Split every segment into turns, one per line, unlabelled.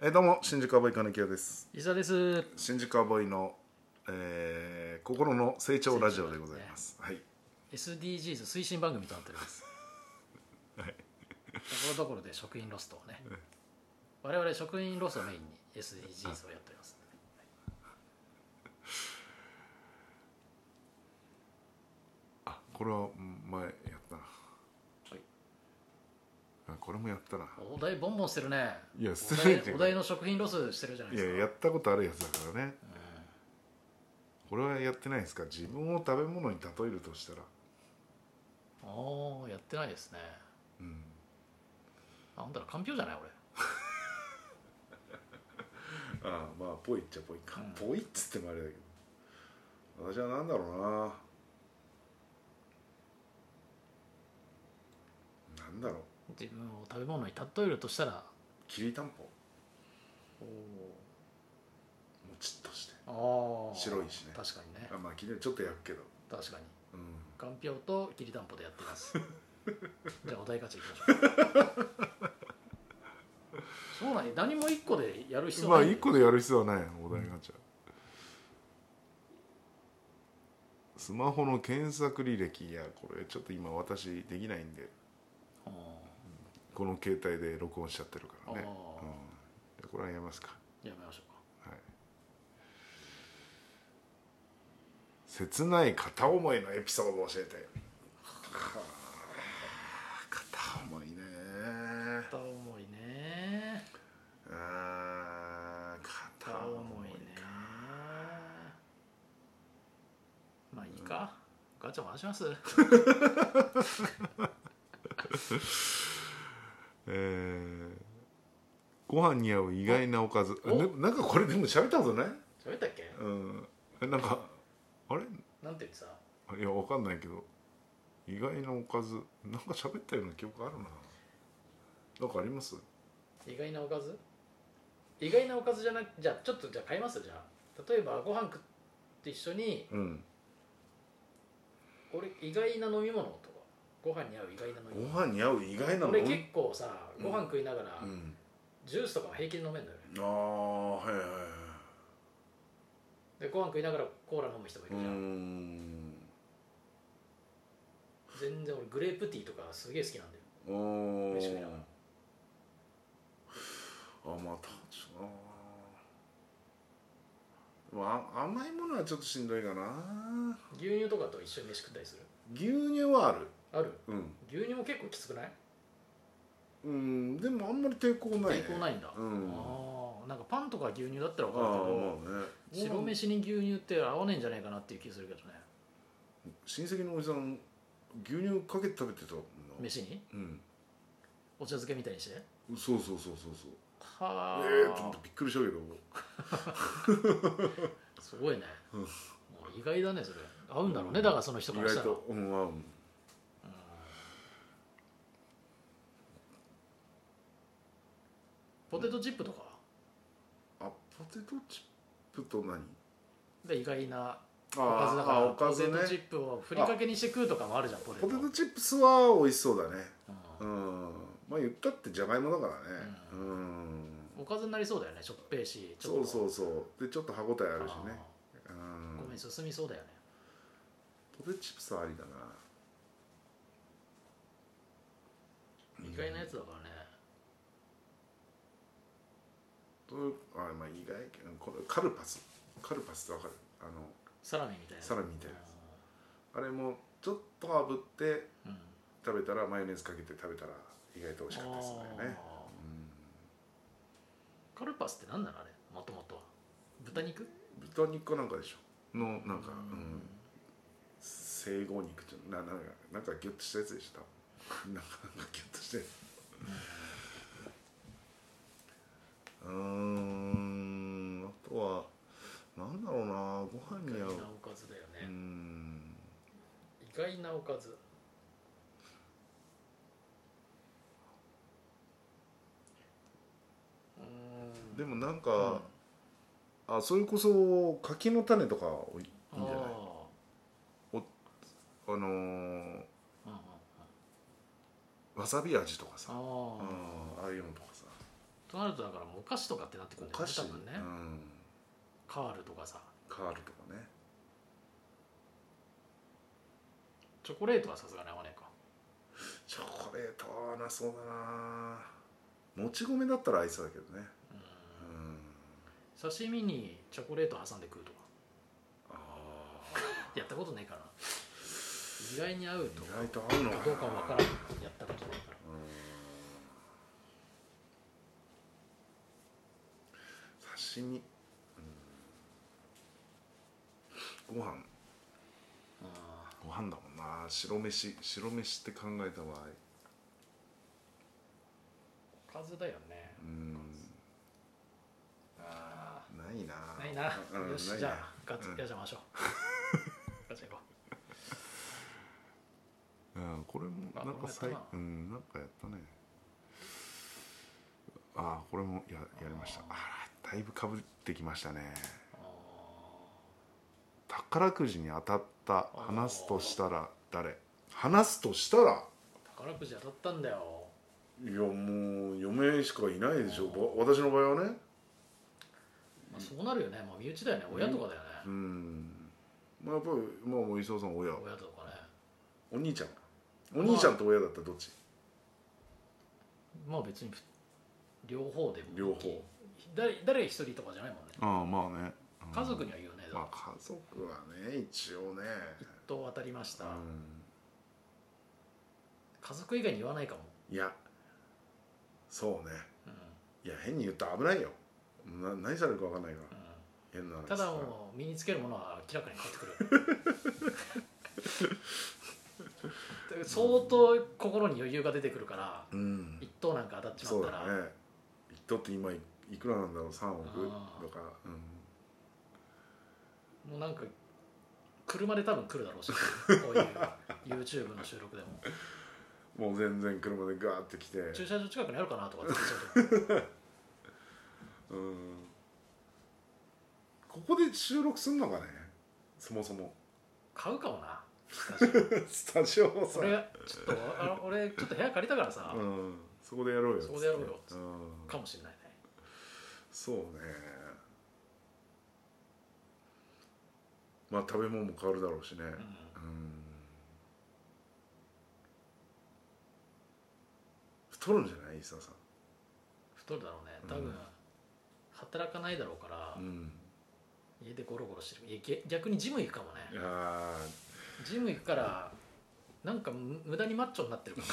えーどうも新宿アボイ金城です
伊沢です
新宿アボイの、えー心の成長ラジオでございますはい
SDGs 推進番組となっており ますところどころで食品ロストをね我々食品ロストをメインに SDGs をやっております
あこれはうん前やったなあこれもやったな
お題ボンボンしてるね
いや
お
してる
題
っていうか
お題の食品ロスしてるじゃない
い
で
や
すか
やったことあるやつだからねこれはやってないですか自分を食べ物に例えるとしたら
おーやってないですね
うん
あほんだらかんぴょうじゃない俺
ああまあぽいっちゃぽいか
うん
ぽいっつってもあれだけど私は何だろうな何だろう
自分を食べ物に例えるとしたら
きりたんぽも
お
ちっとして
お
白いしね
確かにね
あまあきりちょっと焼くけど
確かに
うん
かんぴょうときりたんぽでやってます じゃあお題ガチャいきましょうそうなんや何も一個でやる必要
ま
な
あ
いん
一個でやる必要はないお題ガチャスマホの検索履歴いやこれちょっと今私できないんで
あ
この携帯で録音しちゃってるか
ー
らね、
あ
うん、これはやめますか
ーやめましょうか
切ない片思いのエピソードを教えて はあ片思いね
片思いね
あー
片
片
思
思
い
い
ねまあいいか、ガチャ回します
えーご飯に合う意外なおかず
お
ねなんかこれでも喋ったことない
喋ったっけ
うんえなんかあれ
なんて言ってた
いやわかんないけど意外なおかずなんか喋ったような記憶あるななんかあります
意外なおかず意外なおかずじゃなくじゃあちょっとじゃあ変えますじゃあ例えばご飯食って一緒に
うん
俺意外な飲み物とかご飯に合う意外な飲み
ご
物
飯に合う意外なの
俺結構さご飯食いながら、
うん
ジュースとかも平気で飲めるんだよね
ああはいはいは
でご飯食いながらコーラ飲む人もい
いう
るじゃん、
ん
全然俺グレープティーとかすげえ好きなんだよ
おお
飯食いながら
あまたちょっとなまあ甘いものはちょっとしんどいかな
牛乳とかと一緒に飯食ったりする
牛乳はある
ある
うん
牛乳も結構きつくない
うんでもあんまり抵抗ない、ね、
抵抗ないんだ、
うん
ああなんかパンとか牛乳だったら
あ
分
あ
かる
まあね
けど白飯に牛乳って合わねえんじゃないかなっていう気するけどね
親戚のおじさん牛乳かけて食べてたもんな
飯に
うん
お茶漬けみたいにして
そうそうそうそうそう
はあ、
ええー、と思ってびっくりしたけど
すごいね、
うん
もう意外だねそれ合うんだろうね、だからその人
意
からした
外
ら
とうん合うん
ポテトチップとか
あポテトチップと何
で意外な
あ
おかずだから
あおか
ポ
ず
テ
ね
トチップをふりかけにして食うとかもあるじゃんポテト
ポテトチップスは美味しそうだね
う
うんんまあ言ったってじゃがいもだからねうん、
おかずになりそうだよねしょっぺいしち
そうそううそうでちょっと歯応えあ
あ
るしねう
ーごめん
ん
進みそうだよね
ポテトチップスはありだな
意外なやつだからね
どうあまあ意外うんこれカルパスカルパスってわかるあの
サラミみたいな
サラミみたいなやあれもちょっと炙って
うんうん
食べたらマヨネーズかけて食べたら意外と美味しかったです
あ
ね
ーカルパスって何なのあれもともとは豚肉
うん豚肉かなんかでしょのなんか、
う
うん、生後肉ってななんかなんかギュッとしたやつでした なんかなんかギュッとしてうーんあとはなんだろうなご飯
意
に合
外
う
なおかずだよ
うー
ね、
ん
意外なおかずうーん
でもなんか、あそれこそ柿の種とかいいんじゃないあのー
あーうんうんうん
わさび味とかさ
あー
うんああいうのとかさ
となるとだからもうお菓子とかってなってく
お
るんだよ
菓
ね
子
多分ね、
うん、
カールとかさ
カールとかね
チョコレートはさすがに合わないか
チョコレートは合わなそうだなもち米だったら合いそうだけどね
うん
うん
刺身にチョコレート挟んで食うとか
あ
やったことないから意外に合うと
あ意外と合うのかな
どうかわからんやったことないから
刺身、うん、ご飯
あ
ご飯だもんな白飯白飯って考えた場合
ーおかずだよね
うん
あ
ないな
ないな
うん
よし
ないな
じゃあガチ
うん
ガチャましょ うガチャ行こ
うん、これも
あ
なん
こ
か
れもやった
最
な
うんなんかやったねああこれもややりましたあらだいぶかぶってきましたね
う
宝くじに当たった話すとしたら誰話すとしたら
宝くじ当たったんだよ
いやもう嫁しかいないでしょぼ私の場合はね
まあ、そうなるよね、まあ、身内だよね親とかだよね、
うんまあやっぱりまあもう磯尾さん親
親とかね
お兄ちゃんお兄ちゃんと親だったらどっち
まあ別に両方でも
両方
誰誰一人とかじゃないもんね
ああまあね
家族には言うね、だから
まあ家族はね一応ね
一等当たりまし
う
た、
ん
家族以外に言わないかも、
いやそうね
うん
いや変に言ったら危ないよな何されるか分かんないか
う
ら
ん
変な話
ただもう身につけるものは明らかに変わってく る相当心に余裕が出てくるから
うん
一等なんか当たっちま
そ
っ
う
た
だ
ら、
ね一等って今いいくらなんだろう3億
あー
とかうん
もうなんか車で多分来るだろうしこういう YouTube の収 録でも
もう全然車でガーって来て
駐車場近くにあるかなとかって 言っちゃう
うんここで収録すんのかねそもそ も
と買うかもな
スタジオをさ
俺ちょっとあ俺ちょっと部屋借りたからさ、
うんそこでやろうよ
そこでやろうよ
つってうん
かもしれないね
そうねまあ食べ物も変わるだろうしね
うん
うん太るんじゃない伊沢さ
太るだろうね多分、
うん
働かないだろうから、
んうん
家でゴロゴロしてるいやげ逆にジム行くかもね
いやー
ジム行くからなんかむ無駄にマッチョになってるかも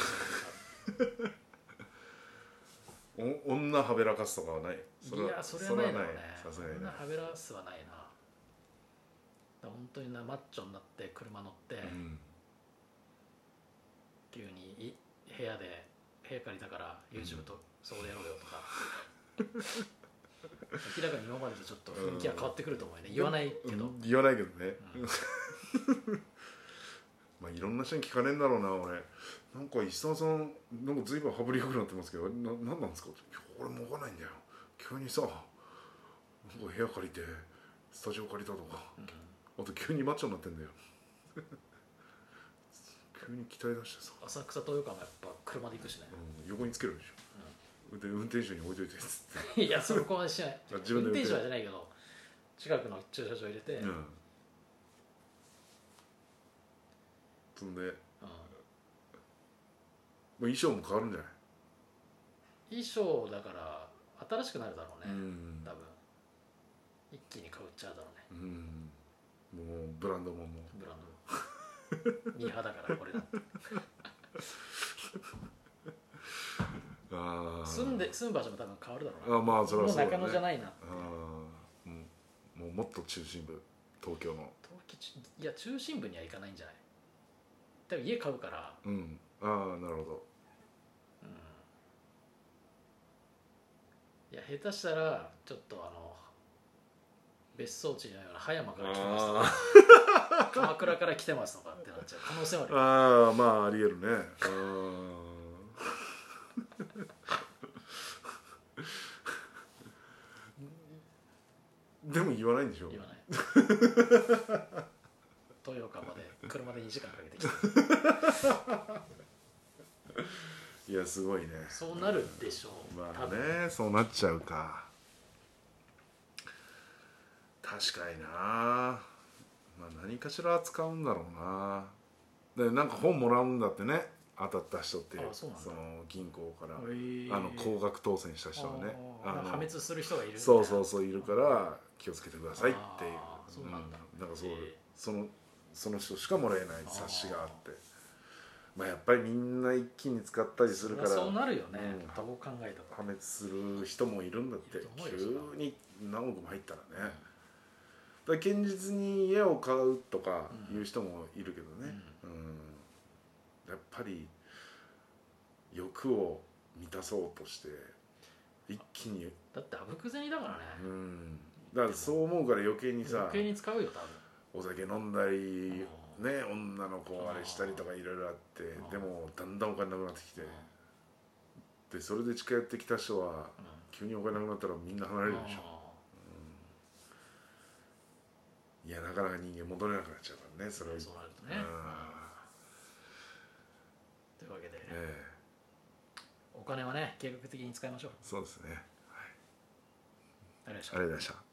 し
お女はべらかすとかはない
れないいやそれはないだろうね
さす
そ
がに
ん
ね
なはべらすはないなだから本当になマッチョになって車乗って、
うん
急にい部屋で部屋借りたから YouTube とそこでやろうよとか明らかに今までとちょっと雰囲気は変わってくると思うよね言わないけど、
うん言わないけどね、
う ん
まあいろんな人に聞かねえんだろうな俺なんか石澤さんなんか随分羽振り良くなってますけどななんなんですかっていや俺もわかんないんだよ急にさなんか部屋借りてスタジオ借りたとか
うん
あと急にマッチョになってんだよ 急に鍛え出してさ、
浅草東洋館もやっぱ車で行くしね
うん横につけるでしょ、で運転手に置いといてっつって
いやそこはし ない
あ自
運
分で運転
転手はじゃないけど近くの駐車場入れて、うん
うんそんで、まあ、衣装も変わるんじゃない、
衣装だから新しくなるだろうね、
ん
多分一気にかぶっちゃうだろうね
うんもうブランドもも
ブランド ミーハーだからこれだって
うああ
住んで住む場所も多分変わるだろうな
あまあそれは
も
そううだ、ね、
中野じゃないな
ああもうもうもっと中心部東京の
東京ちいや中心部には行かないんじゃない多分家買うから、
うんああなるほど
うん、いや下手したらちょっとあの別荘地のような葉山から来てますとか
あ
鎌倉から来てますとかってなっちゃう可能性はある
ー
よ
あーまあありえるねあ ーでも言わないんでしょ
言わない 東洋館まで車で2時間かけてきた
いやすごいね
そうなるでしょう、
ま
多
あ
分
ねそうなっちゃうか確かになまあ何かしら扱うんだろうなでなんか本もらうんだってね当たった人って
あそうなんだ
その銀行から、
へえ
あの高額当選した人はね
あー
あ
なん
の
か破滅する人がいるみたいな
そうそうそういるから気をつけてくださいっていう
あーそうなんだ
なんかそう、
へえ
そのその人しかもらえない冊子があってまあやっぱりみんな一気に使ったりするから
そうなるよね、
うん
どう考えたか
破滅する人もいるんだって
いると思うよ
急に何億も入ったらねだから堅実に家を買うとかいう人もいるけどね、うんやっぱり欲を満たそうとして一気に
だってあぶく銭だからね、
うんだからそう思うから余計にさ
余計に使うよ多分
お酒飲んだり
うん
ね女の子をあれしたりとかいろいろあって
うん
でもだんだんお金なくなってきて
うん
でそれで近寄ってきた人は急にお金なくなったらみんな離れるでしょいやなかなか人間戻れなくなっちゃうからねそれは
そうなると
う
ね
ん、
というわけで、
ええ
お金はね計画的に使いましょう
そうですね
ありがとうございました
ありがとうございました